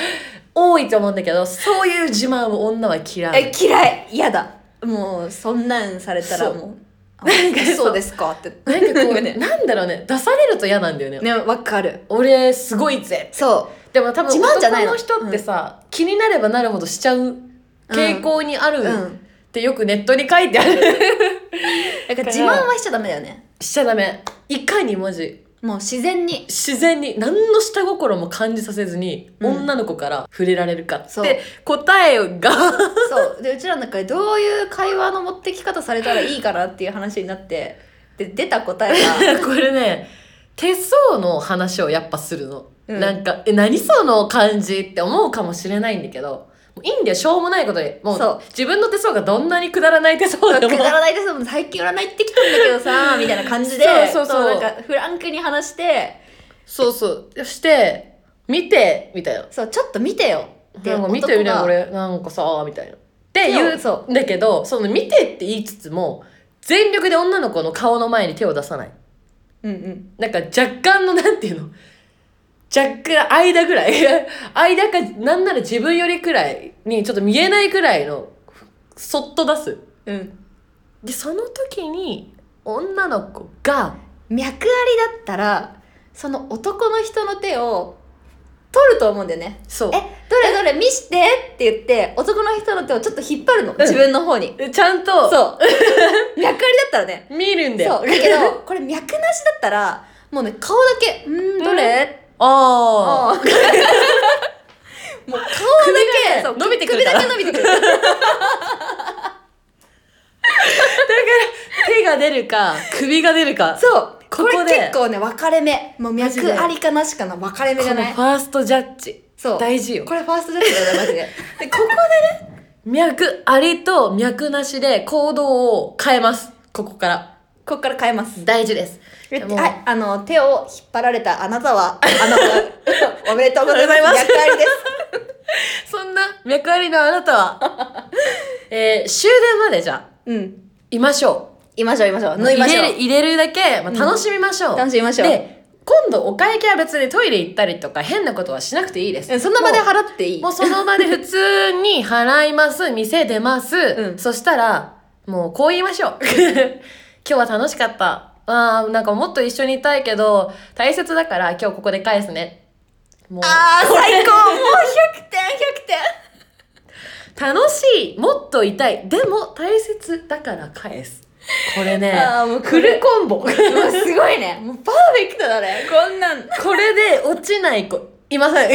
Speaker 1: 多いと思うんだけど、そういう自慢を女は嫌い。
Speaker 2: え嫌い嫌だもうそんなんされたら
Speaker 1: そう
Speaker 2: もうあ
Speaker 1: なんかそう
Speaker 2: そうですかって
Speaker 1: なんかこう、
Speaker 2: ね
Speaker 1: なんだろうね、出されると嫌なんだよね。
Speaker 2: ねわかる
Speaker 1: 俺、すごいぜ。
Speaker 2: そ
Speaker 1: でも多分
Speaker 2: 自慢じゃな
Speaker 1: 男
Speaker 2: いの
Speaker 1: の人ってさ、気になればなるほどしちゃう傾向にある
Speaker 2: う、うん、
Speaker 1: っ、てよくネットに書いてある。
Speaker 2: だか
Speaker 1: ら
Speaker 2: ら自慢はしちゃダメだよね
Speaker 1: しちゃダメ。いかに文字
Speaker 2: もう自 然に
Speaker 1: 自然に何の下心も感じさせずに、
Speaker 2: うん
Speaker 1: 女の子から触れられるかっ
Speaker 2: そう
Speaker 1: て答えが
Speaker 2: そうでうちらの中でどういう会話の持ってき方されたらいいかなっていう話になってで出た答え が
Speaker 1: これね手相の話をやっぱするの、
Speaker 2: うん
Speaker 1: なんか「え何その感じ?」って思うかもしれないんだけどもういいんだよしょうもないことでも
Speaker 2: そう
Speaker 1: う自分の手相がどんなにくだらない手相で
Speaker 2: く
Speaker 1: も
Speaker 2: だらないですもん最近占いってきたんだけどさみたいな感じで
Speaker 1: そうそうそう
Speaker 2: なんかフランクに話して
Speaker 1: そうそうそして「見て」みたいな
Speaker 2: そうちょっと見てよっ
Speaker 1: 「
Speaker 2: て
Speaker 1: なんか見てみたいな
Speaker 2: 男が
Speaker 1: 俺なんかさ」みたいな。って言う
Speaker 2: そ
Speaker 1: んだけどその「見て」って言いつつも全力で女の子の顔の前に手を出さない。
Speaker 2: うんうん
Speaker 1: なんか若干のなんていうの若干間ぐらい 間かなんなら自分よりくらいにちょっと見えないくらいのそっと出す
Speaker 2: うん
Speaker 1: でその時に女の子が
Speaker 2: 脈ありだったらその男の人の手を取ると思うんだよね
Speaker 1: そう
Speaker 2: えどれどれ見してって言って男の人の手をちょっと引っ張るの、
Speaker 1: ん
Speaker 2: 自分の方に
Speaker 1: ちゃんと
Speaker 2: そう 脈ありだったらね
Speaker 1: 見るんだよ
Speaker 2: そうだ けどこれ脈なしだったらもうね顔だけ「んーどれ
Speaker 1: ああ
Speaker 2: あー もう顔だけ
Speaker 1: 首がね
Speaker 2: そう
Speaker 1: 伸びてくるから
Speaker 2: 首だけ 伸びてくる
Speaker 1: 手が出るか首が出るか
Speaker 2: そう
Speaker 1: こ
Speaker 2: こ
Speaker 1: こで
Speaker 2: れ結構ね分かれ目もう
Speaker 1: マジで
Speaker 2: 脈ありかなしかの分かれ目
Speaker 1: こ
Speaker 2: じゃ
Speaker 1: の
Speaker 2: ない
Speaker 1: ファーストジャッジ
Speaker 2: そう
Speaker 1: 大事よ
Speaker 2: これファーストジャッジだよねマジ で
Speaker 1: でここでね脈ありと脈なしで行動を変えますここから
Speaker 2: ここから変えます
Speaker 1: 大事です。もう
Speaker 2: はい、あの手を引っ張られたあなたはあ のおめでとうございます役割です
Speaker 1: そんな脈ありのあなたは、 えー終電までじゃあ、
Speaker 2: うん
Speaker 1: いましょう。
Speaker 2: いましょういましょう縫
Speaker 1: 入
Speaker 2: いましょ
Speaker 1: れる
Speaker 2: う
Speaker 1: 入れるだけ、まあ、
Speaker 2: うん
Speaker 1: 楽しみましょう。
Speaker 2: 楽しみましょう
Speaker 1: で、今度お会計は別にトイレ行ったりとか変なことはしなくていいです。
Speaker 2: うんその場で
Speaker 1: もう
Speaker 2: 払っていい
Speaker 1: もうその場で普通に払います、 店出ます。
Speaker 2: うん
Speaker 1: そしたら、もうこう言いましょう。 今日は楽しかった。あーなんかもっと一緒にいたいけど、大切だから今日ここで返すね。もう
Speaker 2: あー最高もう100点100点
Speaker 1: 楽しいもっといたいでも大切だから返すこれね
Speaker 2: あーもうこ
Speaker 1: フ
Speaker 2: れ
Speaker 1: ルコンボ これ
Speaker 2: うわすごいね もうパーフェクトだねこんなんい
Speaker 1: で落ちない子いま せん
Speaker 2: ま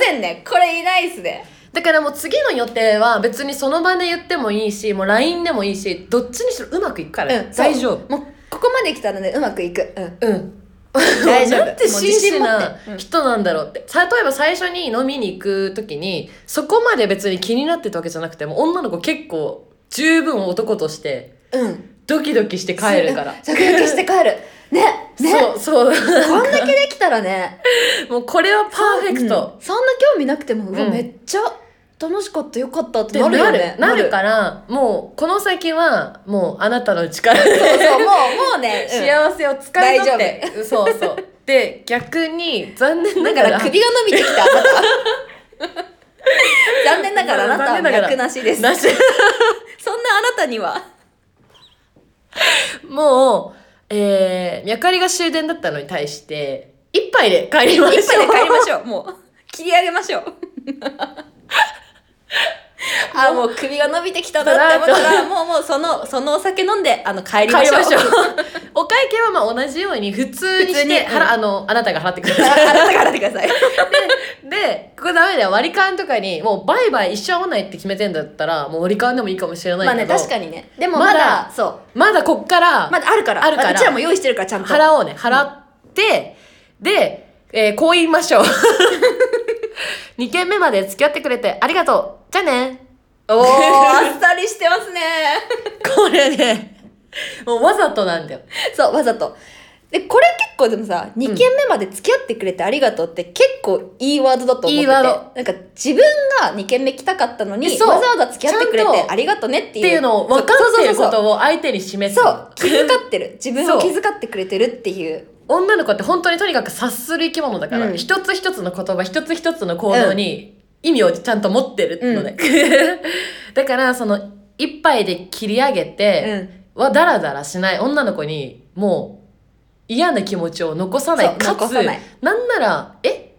Speaker 2: せんねこれいないっすね
Speaker 1: だからもう次の予定は別にその場で言ってもいいしもう LINE でもいいしどっちにしろうまくいくから、
Speaker 2: そう
Speaker 1: 大丈夫
Speaker 2: もうここまで来たらねうまくいくうん
Speaker 1: うん
Speaker 2: 大丈夫
Speaker 1: なんて真摯
Speaker 2: もう
Speaker 1: な
Speaker 2: 自信持ってうん
Speaker 1: 人なんだろうって、例えば最初に飲みに行く時にそこまで別に気になってたわけじゃなくてもう女の子結構十分男として
Speaker 2: うん
Speaker 1: ドキドキして帰るから
Speaker 2: 着陸して帰るね
Speaker 1: そ
Speaker 2: ね
Speaker 1: う そう
Speaker 2: こんだけできたらね
Speaker 1: もうこれはパーフェクト。
Speaker 2: うんそんな興味なくてもうわ、
Speaker 1: うん
Speaker 2: めっちゃ楽しかったよかったって
Speaker 1: で
Speaker 2: なるよ
Speaker 1: な
Speaker 2: ね
Speaker 1: るなるからもうこの先はもうあなたの力
Speaker 2: な
Speaker 1: で、
Speaker 2: るそうそうもうもう ね
Speaker 1: 幸せをつかみ取って
Speaker 2: 大、
Speaker 1: そうそうで逆に残念
Speaker 2: う
Speaker 1: なんが
Speaker 2: だから
Speaker 1: ら
Speaker 2: 首が伸びてきたあなた 残念ながらあなたは
Speaker 1: 残念ながら
Speaker 2: 脈なしです
Speaker 1: なし
Speaker 2: そんなあなたには
Speaker 1: もうえー、脈ありが終電だったのに対して一杯で帰りましょう
Speaker 2: 一杯で帰りましょうもう切り上げましょう あもう首が伸びてきたなって思ったらもうもうそのそのお酒飲んであの帰りま
Speaker 1: 帰
Speaker 2: し
Speaker 1: り
Speaker 2: ょう
Speaker 1: ましょう お会計はまあ同じように普通に
Speaker 2: 普通
Speaker 1: し
Speaker 2: に
Speaker 1: て
Speaker 2: うん
Speaker 1: はらあのあなたが払ってくだ
Speaker 2: あ
Speaker 1: さい
Speaker 2: あなたが払ってくだ さい
Speaker 1: で、これダメだよ。割り勘とかに、もうバイバイ一生会わないって決めてんだったら、もう割り勘でもいいかもしれない
Speaker 2: まあ
Speaker 1: け
Speaker 2: ね
Speaker 1: ど。
Speaker 2: 確かにねでもまだ
Speaker 1: まだ
Speaker 2: そう
Speaker 1: まだこっから、
Speaker 2: まだあるから
Speaker 1: あるから
Speaker 2: うちらも用意してるからちゃんと
Speaker 1: 払おうね。払って、で、えーこう言いましょう。2軒目まで付き合ってくれてありがとう。じゃあね。
Speaker 2: おー、あっさりしてますね。
Speaker 1: これね、もうわざとなんだよ。
Speaker 2: そう、わざと。で、これ結構でもさ、2軒目まで付き合ってくれてありがとうって結構いいワードだと思ってて。
Speaker 1: いいワード
Speaker 2: なんか自分が2軒目来たかったのに、
Speaker 1: そう
Speaker 2: わざわざ付き合ってくれ
Speaker 1: ちゃん
Speaker 2: て
Speaker 1: と
Speaker 2: ありがとうねっていう。
Speaker 1: っていうのを分かってるこ
Speaker 2: そうそうそうそう
Speaker 1: とを相手に示す。
Speaker 2: そう、気遣っ てる。自分を
Speaker 1: そう
Speaker 2: 気遣ってくれてるっていう。
Speaker 1: 女の子って本当にとにかく察する生き物だから、
Speaker 2: うん
Speaker 1: 一つ一つの言葉一つ一つの行動に意味をちゃんと持ってるので、 だからその一杯で切り上げ
Speaker 2: う
Speaker 1: て、
Speaker 2: ん。
Speaker 1: はダラダラしない女の子にもう嫌な気持ちを残さな
Speaker 2: そう
Speaker 1: いかつ
Speaker 2: 残さない
Speaker 1: なんならえ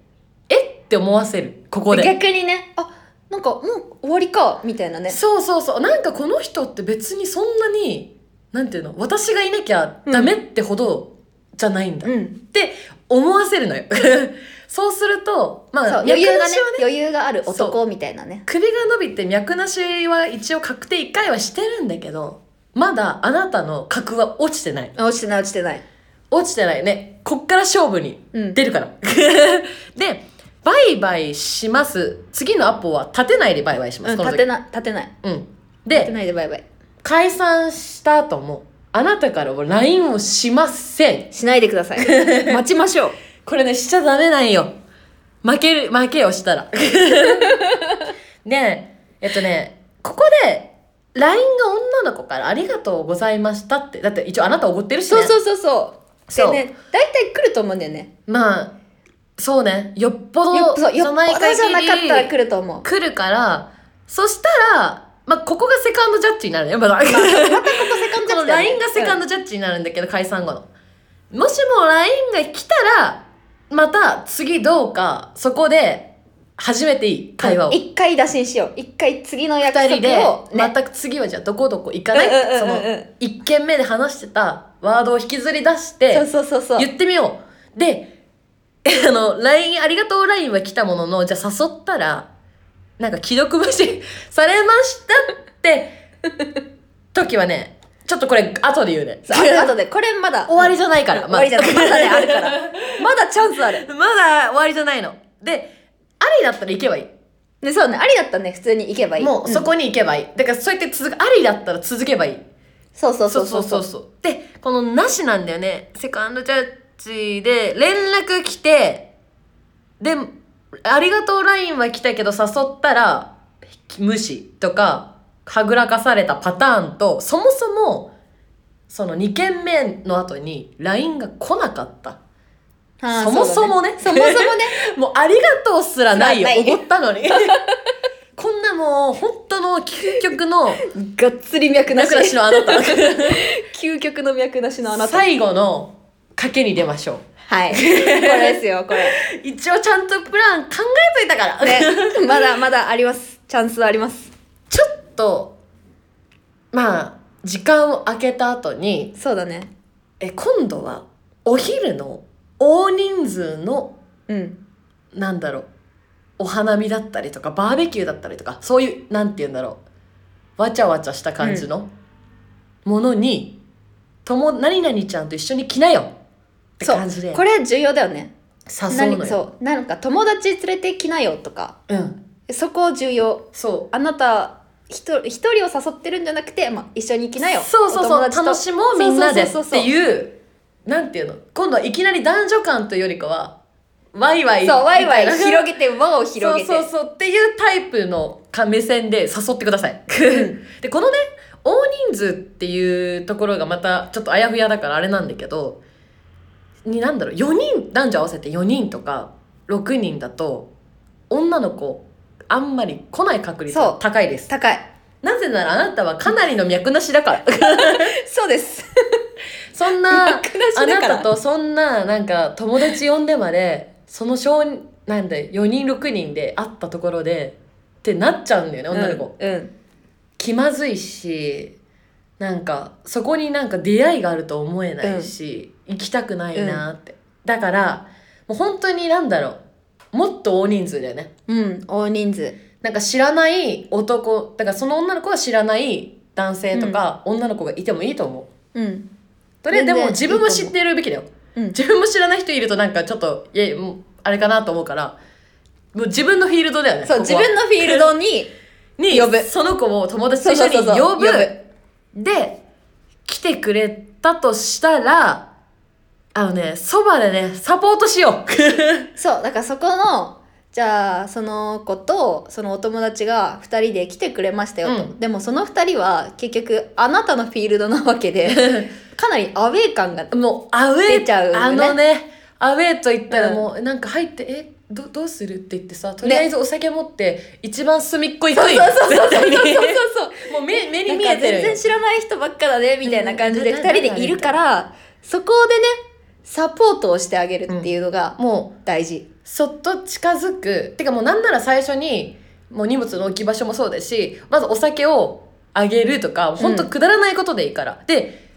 Speaker 1: えって思わせるここで。
Speaker 2: 逆にね、あ、なんかもう終わりか、みたいなね。
Speaker 1: そうそうそうなんかこの人って別にそんなになんていうの私がいなきゃダメってほどじゃないんだ、
Speaker 2: うん。
Speaker 1: って思わせるのよ。 そうすると、ま
Speaker 2: そう、
Speaker 1: あ、
Speaker 2: 余裕がね
Speaker 1: 脈なしは、
Speaker 2: 余裕がある
Speaker 1: そ
Speaker 2: 男みたいなね。
Speaker 1: 首が伸びて脈なしは一応確定1回はしてるんだけど、まだあなたの格は落ちてない。
Speaker 2: あ落ちてない、落ちてない。
Speaker 1: 落ちてないね。こっから勝負に
Speaker 2: うん。
Speaker 1: 出るから。 で、バイバイします。次のアポは立てないでバイバイしま
Speaker 2: う
Speaker 1: す。
Speaker 2: ん、
Speaker 1: この時
Speaker 2: 立てない、立てない。
Speaker 1: うん。
Speaker 2: 立て
Speaker 1: で、
Speaker 2: ないでバイバイ。
Speaker 1: 解散した後も、あなたからも LINE をしません。
Speaker 2: しないでくだ さい。待ちましょう。
Speaker 1: これね、しちゃダメなんよ。負ける、負けよ、した ら。で、えっとね、ここで、LINE が女の子からありがとうございましたって。だって一応あなたおごってるしね。
Speaker 2: そうそうそうそう。
Speaker 1: そう
Speaker 2: でね、大体来ると思うんだよね。
Speaker 1: まあ、そうね。よっぽど、
Speaker 2: よっそうよっぽど
Speaker 1: い限り
Speaker 2: じゃなかったら来ると思う。
Speaker 1: 来るから、そしたら、まあ、ここがセカンドジャッジになるね。まだ。
Speaker 2: ここセカンド
Speaker 1: こ
Speaker 2: ジャッ
Speaker 1: の
Speaker 2: ジだね
Speaker 1: LINE がセカンドジャッジになるんだけど、解散後の。もしも LINE が来たら、また次どうか、そこで始めていい、会話を。
Speaker 2: うん一回打診しよう。一回次の約
Speaker 1: 二
Speaker 2: 束
Speaker 1: 人で
Speaker 2: を、、
Speaker 1: 全
Speaker 2: ね。
Speaker 1: く次はじゃあどこどこ行かない、
Speaker 2: うん
Speaker 1: そ
Speaker 2: うんうん
Speaker 1: の
Speaker 2: うんうん、
Speaker 1: 一軒目で話してたワードを引きずり出して、
Speaker 2: そうそうそうそう。
Speaker 1: 言ってみよう。で、 あの、LINE、ありがとう LINE は来たものの、じゃあ誘ったら、なんか既読無視 されましたって、時はね、ちょっとこれ後で言うね。
Speaker 2: そうあとで、これまだ。
Speaker 1: 終わりじゃないから。
Speaker 2: 終わりじゃない。まだね、あるか
Speaker 1: ま
Speaker 2: ら。まだチャンスある。
Speaker 1: だ終わりじゃないの。で、ありだったら行けばいい。
Speaker 2: ね、そうね。ありだったらね、普通に行けばいい。
Speaker 1: もうそ
Speaker 2: ん
Speaker 1: こに行けばいい。だからそうやって続く、ありだったら続けばいい。
Speaker 2: そうそう
Speaker 1: そ
Speaker 2: そうう
Speaker 1: そ
Speaker 2: そうう
Speaker 1: そ
Speaker 2: そうう
Speaker 1: そうでこの「なし」なんだよねセカンドジャッジで連絡来てで「ありがとう LINE」は来たけど誘ったら無視とかはぐらかされたパターンとそもそもその2件目の後に LINE が来なかった
Speaker 2: あー
Speaker 1: そもそもね
Speaker 2: そうだねそもそもね
Speaker 1: もうありがとうすらないよ
Speaker 2: すらない
Speaker 1: おごったのに こんなもう本当の究極 の
Speaker 2: がっつり脈なし
Speaker 1: 脈なしのあな た
Speaker 2: 究極の脈なしのあなた
Speaker 1: 最後の賭けに出ましょう
Speaker 2: はいこれですよこれ
Speaker 1: 一応ちゃんとプラン考えといたから、
Speaker 2: ねまだまだありますチャンスはあります
Speaker 1: ちょっとまあ時間を空けた後に
Speaker 2: そうだね
Speaker 1: え今度はお昼の大人数の
Speaker 2: うん
Speaker 1: なんだろうお花見だったりとかバーベキューだったりとかそういうなんて言うんだろうわちゃわちゃした感じのものに「とも何々ちゃんと一緒に来なよ」って
Speaker 2: そ
Speaker 1: 感じで
Speaker 2: うこれ重要だよね
Speaker 1: 誘うの
Speaker 2: 何
Speaker 1: よ。
Speaker 2: そうなんか友達連れてきなよとか
Speaker 1: うん、
Speaker 2: そこ重要
Speaker 1: そう
Speaker 2: あなたひと一人を誘ってるんじゃなくて、まあ、一緒に行きなよ
Speaker 1: そうそうそう楽
Speaker 2: い
Speaker 1: しもうみんなでっ
Speaker 2: そうそうそう
Speaker 1: て
Speaker 2: そう
Speaker 1: いうなんていうの今度はいきなり男女間というよりかはワイワイ
Speaker 2: そうワイワイ
Speaker 1: みたいな
Speaker 2: 広げて輪を広げて
Speaker 1: そうそうそうっていうタイプのか目線で誘ってください、
Speaker 2: ん
Speaker 1: でこのね大人数っていうところがまたちょっとあやふやだからあれなんだけどになんだろう4人男女合わせて4人とか6人だと女の子あんまり来ない確率が高いです
Speaker 2: 高い
Speaker 1: なぜならあなたはかなりの脈なしだから
Speaker 2: そうです
Speaker 1: そんな
Speaker 2: 楽 なし
Speaker 1: あ
Speaker 2: だ
Speaker 1: な
Speaker 2: から
Speaker 1: たとそんななんか友達呼んでまでその少なんで4人6人で会ったところでってなっちゃうんだよね女の子、
Speaker 2: うん、うん
Speaker 1: 気まずいしなんかそこになんか出会いがあると思えないし、行きたくないなって、だからもう本当になんだろうもっと大人数だよね
Speaker 2: うん、大人数
Speaker 1: なんか知らない男だからその女の子は知らない男性とか女の子がいてもいいと思う
Speaker 2: うん
Speaker 1: それで
Speaker 2: 全然
Speaker 1: も自分も知ってるべきだよ
Speaker 2: うん
Speaker 1: 自分も知らない人いるとなんかちょっといやもうあれかなと思うからもう自分のフィールドだよね
Speaker 2: そう
Speaker 1: こ
Speaker 2: 自
Speaker 1: こは
Speaker 2: 分のフィールドに
Speaker 1: に
Speaker 2: 呼ぶ
Speaker 1: その子を友達と一緒に
Speaker 2: そうそうそうそう
Speaker 1: 呼ぶ
Speaker 2: 呼
Speaker 1: で来てくれたとしたらあのねそばでねサポートしよう
Speaker 2: そうだからそこのじゃあその子とそのお友達が2人で来てくれましたよと、
Speaker 1: うん
Speaker 2: でもその2人は結局あなたのフィールドなわけで かなりアウェー感が
Speaker 1: もうアウェー
Speaker 2: 出ちゃうよね
Speaker 1: あのねアウェーと言ったら
Speaker 2: うん
Speaker 1: もうなんか入って「えどどうする?」って言ってさとりあえずお酒持って一番隅っこ行くんよ
Speaker 2: そうそうそ
Speaker 1: 絶
Speaker 2: う
Speaker 1: 対に
Speaker 2: そうそうそう
Speaker 1: もう目目に
Speaker 2: なん
Speaker 1: 見
Speaker 2: か
Speaker 1: えてる
Speaker 2: 全
Speaker 1: よ
Speaker 2: 然知らない人ばっかだねみたいな感じで
Speaker 1: うん
Speaker 2: 2人でいるからそこでねサポートをしてあげるっていうのが
Speaker 1: もう
Speaker 2: 大事、
Speaker 1: そっと近づくてかもうなんなら最初にもう荷物の置き場所もそうですしまずお酒をあげるとかほんとくだらないことでいいから、で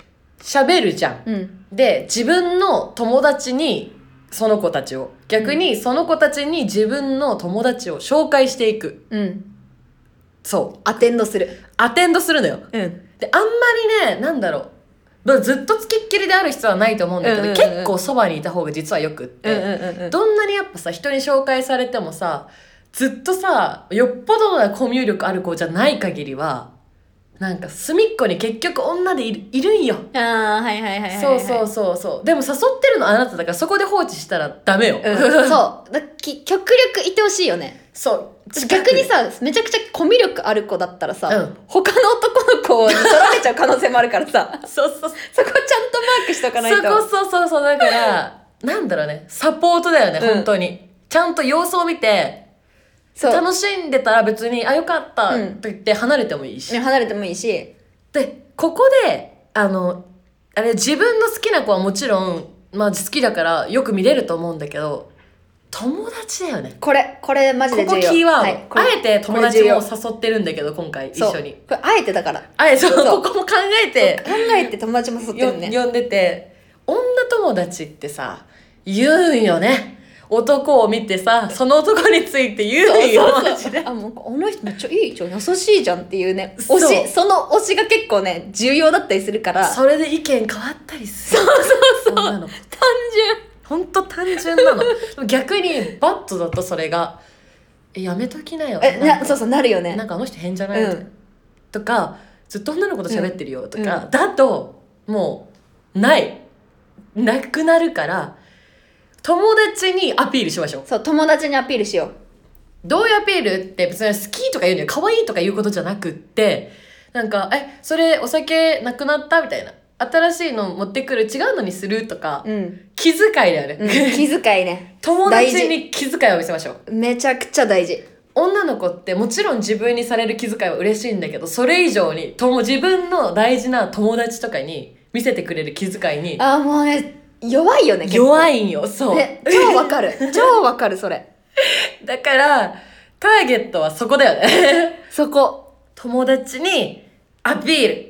Speaker 1: 喋るじゃん
Speaker 2: うん
Speaker 1: で自分の友達にその子たちを逆にその子たちに自分の友達を紹介していく
Speaker 2: うん
Speaker 1: そ
Speaker 2: アテンドする
Speaker 1: うアテンドするのよ
Speaker 2: うん
Speaker 1: であんまりねなんだろうまあずっとつきっきりである必要はないと思うんだけど、
Speaker 2: うんうんうん
Speaker 1: 結構そばにいた方が実はよくって、
Speaker 2: うん
Speaker 1: どんなにやっぱさ人に紹介されてもさずっとさよっぽどのコミュ力ある子じゃない限りはなんか隅っこに結局女でいるいるんよ、
Speaker 2: ああはいはいはいはい、はい、
Speaker 1: そうそうそうそうでも誘ってるのあなただからそこで放置したらダメよ、
Speaker 2: うん、そうだき極力いてほしいよね
Speaker 1: そう
Speaker 2: 逆にさめちゃくちゃコミュ力ある子だったらさ、
Speaker 1: うん
Speaker 2: 他の男の子に取られちゃう可能性もあるからさ
Speaker 1: そうそうそう
Speaker 2: そこちゃんとマークしとかないと
Speaker 1: そうそうそうそうだからなんだろうねサポートだよね、
Speaker 2: うん
Speaker 1: 本当にちゃんと様子を見て
Speaker 2: そう
Speaker 1: 楽しんでたら別に「あよかった」
Speaker 2: う
Speaker 1: っ
Speaker 2: ん
Speaker 1: て言って離れてもいいし、
Speaker 2: 離れてもいいし
Speaker 1: でここであのあれ自分の好きな子はもちろん、まあ、好きだからよく見れると思うんだけど友達だよね
Speaker 2: これこれマジ
Speaker 1: こ
Speaker 2: で重
Speaker 1: こ
Speaker 2: 要
Speaker 1: キーワード、
Speaker 2: はいこれ
Speaker 1: あえて友達
Speaker 2: これ重
Speaker 1: も
Speaker 2: 要
Speaker 1: 誘ってるんだけど今回一
Speaker 2: そう
Speaker 1: 緒に
Speaker 2: これあえてだから
Speaker 1: あえそう
Speaker 2: そう
Speaker 1: ここも考えて
Speaker 2: 考えて友達も誘って
Speaker 1: よ
Speaker 2: るね
Speaker 1: 呼んでて女友達ってさ言うんよね男を見てさその男について言うんよマジで
Speaker 2: あもうこの人めっちゃいいじゃん優しいじゃんっていうね
Speaker 1: そう
Speaker 2: 推しその推しが結構ね重要だったりするから単
Speaker 1: それで意見変わったりするそうそうそう女の子ほんと単純なので も逆にバットだとそれが「えやめときなよ」
Speaker 2: 純え
Speaker 1: なん
Speaker 2: な
Speaker 1: か
Speaker 2: そうそうなるよね
Speaker 1: なんかあの人変じゃない、
Speaker 2: うん
Speaker 1: とかずっと女の子と喋ってるよとか、だともうないなくなるから友達にアピールしましょう
Speaker 2: そう友達にアピールしよう
Speaker 1: どういうアピールって別に好きとか言うのよ可愛いとか言うことじゃなくってなんか「えそれお酒なくなった?」みたいな新しいの持ってくる違うのにするとか、
Speaker 2: うん、
Speaker 1: 気遣いだよね、
Speaker 2: うん、気遣いね
Speaker 1: 友達に気遣いを見せましょう
Speaker 2: めちゃくちゃ大事
Speaker 1: 女の子ってもちろん自分にされる気遣いは嬉しいんだけどそれ以上にとも自分の大事な友達とかに見せてくれる気遣いに
Speaker 2: あーもうね弱いよね
Speaker 1: 弱いんよそう、
Speaker 2: ね超わかる 超わかるそれ
Speaker 1: だからターゲットはそこだよね
Speaker 2: そこ
Speaker 1: 友達にアピール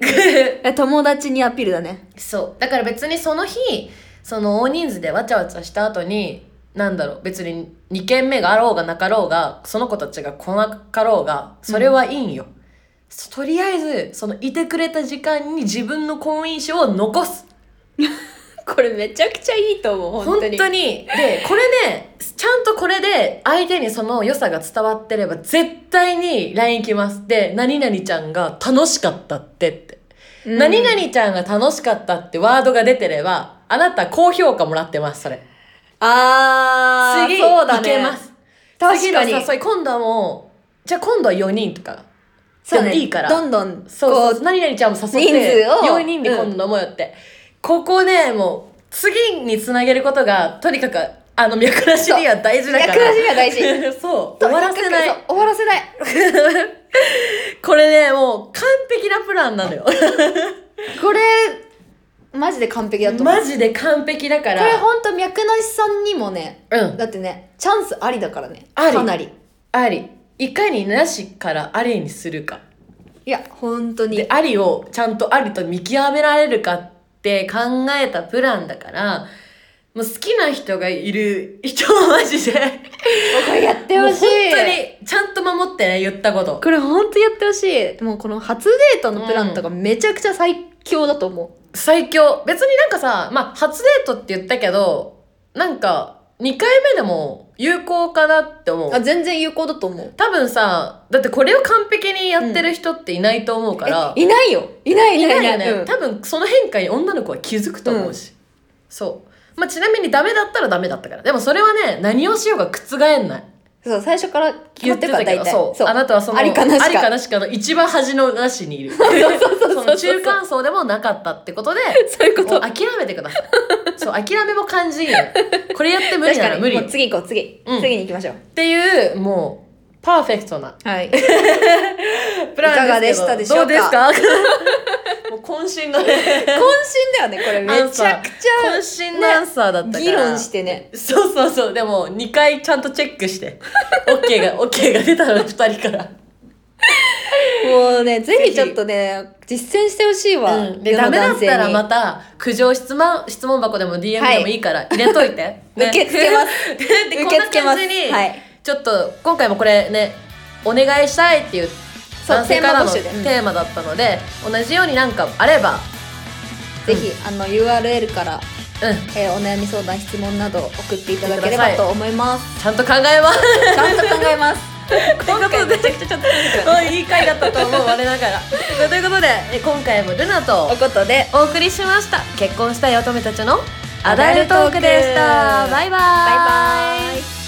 Speaker 2: え友達にアピールだね
Speaker 1: そうだから別にその日その大人数でわちゃわちゃした後になんだろう別に2軒目があろうがなかろうがその子たちが来なかろうがそれはいいんよ、そとりあえずそのいてくれた時間に自分の好印象を残す
Speaker 2: これめちゃくちゃいいと思う
Speaker 1: 本当に
Speaker 2: 本
Speaker 1: でこれねちゃんとこれで相手にその良さが伝わってれば絶対に LINE 来ますで「何々ちゃんが楽しかったって」って
Speaker 2: 当に、
Speaker 1: 何々ちゃんが楽しかったってワードが出てれば、あなた高評価もらってます、それ。
Speaker 2: あー
Speaker 1: 次、
Speaker 2: そうだね
Speaker 1: いけます。
Speaker 2: 確かに
Speaker 1: 次の誘い、今度はもう、じゃあ今度は4人とか。
Speaker 2: そうね
Speaker 1: でもいいから
Speaker 2: どんどんこう
Speaker 1: そうそう何々ちゃんも誘って、
Speaker 2: 人数を
Speaker 1: 4人で今度飲もうよって。ここね、もう、次につなげることが、とにかく、あの、脈なしには大事だから。
Speaker 2: 脈なしには 大
Speaker 1: そう。終わらせな
Speaker 2: とにかく
Speaker 1: い。
Speaker 2: そう終わらせない
Speaker 1: これね、もう、完璧なプランなのよ。
Speaker 2: これマジで完璧だと思う、
Speaker 1: マジで完璧だから。
Speaker 2: これほんと脈なしさんにもね
Speaker 1: うん。
Speaker 2: だってねチャンスありだからね
Speaker 1: あり
Speaker 2: かなり
Speaker 1: ありいかになしからありにするか
Speaker 2: いや本当
Speaker 1: で
Speaker 2: に
Speaker 1: ありをちゃんとありと見極められるかって考えたプランだからもう好きな人がいる人はマジで
Speaker 2: これやって
Speaker 1: もう
Speaker 2: ほ
Speaker 1: 本
Speaker 2: しい
Speaker 1: 当にちゃんと守ってね言ったこと
Speaker 2: これほんとやってほしいもうこの初デートのプランとかめちゃくちゃ最強だと思
Speaker 1: 最強別になんかさまあ初デートって言ったけどなんか2回目でも有効かなって思
Speaker 2: う、
Speaker 1: う
Speaker 2: あ全然有効だと思う
Speaker 1: 多分さだってこれを完璧にやってる人っていないと思うから、
Speaker 2: えいないよいないい
Speaker 1: い
Speaker 2: ない
Speaker 1: ないよね、
Speaker 2: うん
Speaker 1: 多分その変化に女の子は気づくと思うし、そう、まあ、ちなみにダメだったらダメだったからでもそれはね何をしようが覆んない
Speaker 2: そう最初から決
Speaker 1: 言
Speaker 2: まっ
Speaker 1: ってて
Speaker 2: る
Speaker 1: た
Speaker 2: から
Speaker 1: け
Speaker 2: 大
Speaker 1: ど
Speaker 2: 体
Speaker 1: そう
Speaker 2: そう
Speaker 1: あなたはその
Speaker 2: ありかなしか
Speaker 1: の一番端のなしにいるその中間層でもなかったってことで
Speaker 2: そういうこ
Speaker 1: もう
Speaker 2: と
Speaker 1: 諦めてくださいそう諦めも感じいいよこれやって無理なら無理
Speaker 2: もう
Speaker 1: っ
Speaker 2: 次行こう次、
Speaker 1: うん
Speaker 2: 次に行きましょう
Speaker 1: ていうもうパーフェクトな
Speaker 2: はい
Speaker 1: プランですけど
Speaker 2: いかがでしたでしょうか
Speaker 1: どうですか もう渾身のね
Speaker 2: 渾身だよねこれめちゃくち
Speaker 1: 渾身のアンサーだった
Speaker 2: ゃ
Speaker 1: から、
Speaker 2: 議論してね
Speaker 1: そうそうそうでも2回ちゃんとチェックして OK が OK が出たの2人から、
Speaker 2: もうねぜ
Speaker 1: ぜ
Speaker 2: ひ
Speaker 1: ひ
Speaker 2: ちょっとね実践してほしいわ、
Speaker 1: で
Speaker 2: 世の
Speaker 1: ダメだっ
Speaker 2: 男性に
Speaker 1: たらまた苦情質問質問箱でも DM
Speaker 2: はい
Speaker 1: でもいいから入れとい て、ね
Speaker 2: 受け付けます
Speaker 1: でで
Speaker 2: 受け付けま
Speaker 1: こんな
Speaker 2: す
Speaker 1: 感じに、
Speaker 2: はい
Speaker 1: ちょっと今回もこれねお願いしたいっていう
Speaker 2: そう
Speaker 1: 男性からの
Speaker 2: テ
Speaker 1: テ
Speaker 2: ーマ募集でうん
Speaker 1: ーマだったので、同じようになんかあれば
Speaker 2: ぜひあの URL から、
Speaker 1: うん
Speaker 2: えーお悩み相談質問など送っていただければと思います
Speaker 1: ちゃんと考えます
Speaker 2: ちゃんと考えます
Speaker 1: こんなことで
Speaker 2: 今回めちゃくちゃちょっと
Speaker 1: うんいい回だったと思う我なが らということでえ今回もルナと
Speaker 2: おことで
Speaker 1: お送りしました結婚したい乙女たちのアダルトークでしたバイバイ
Speaker 2: バイバイ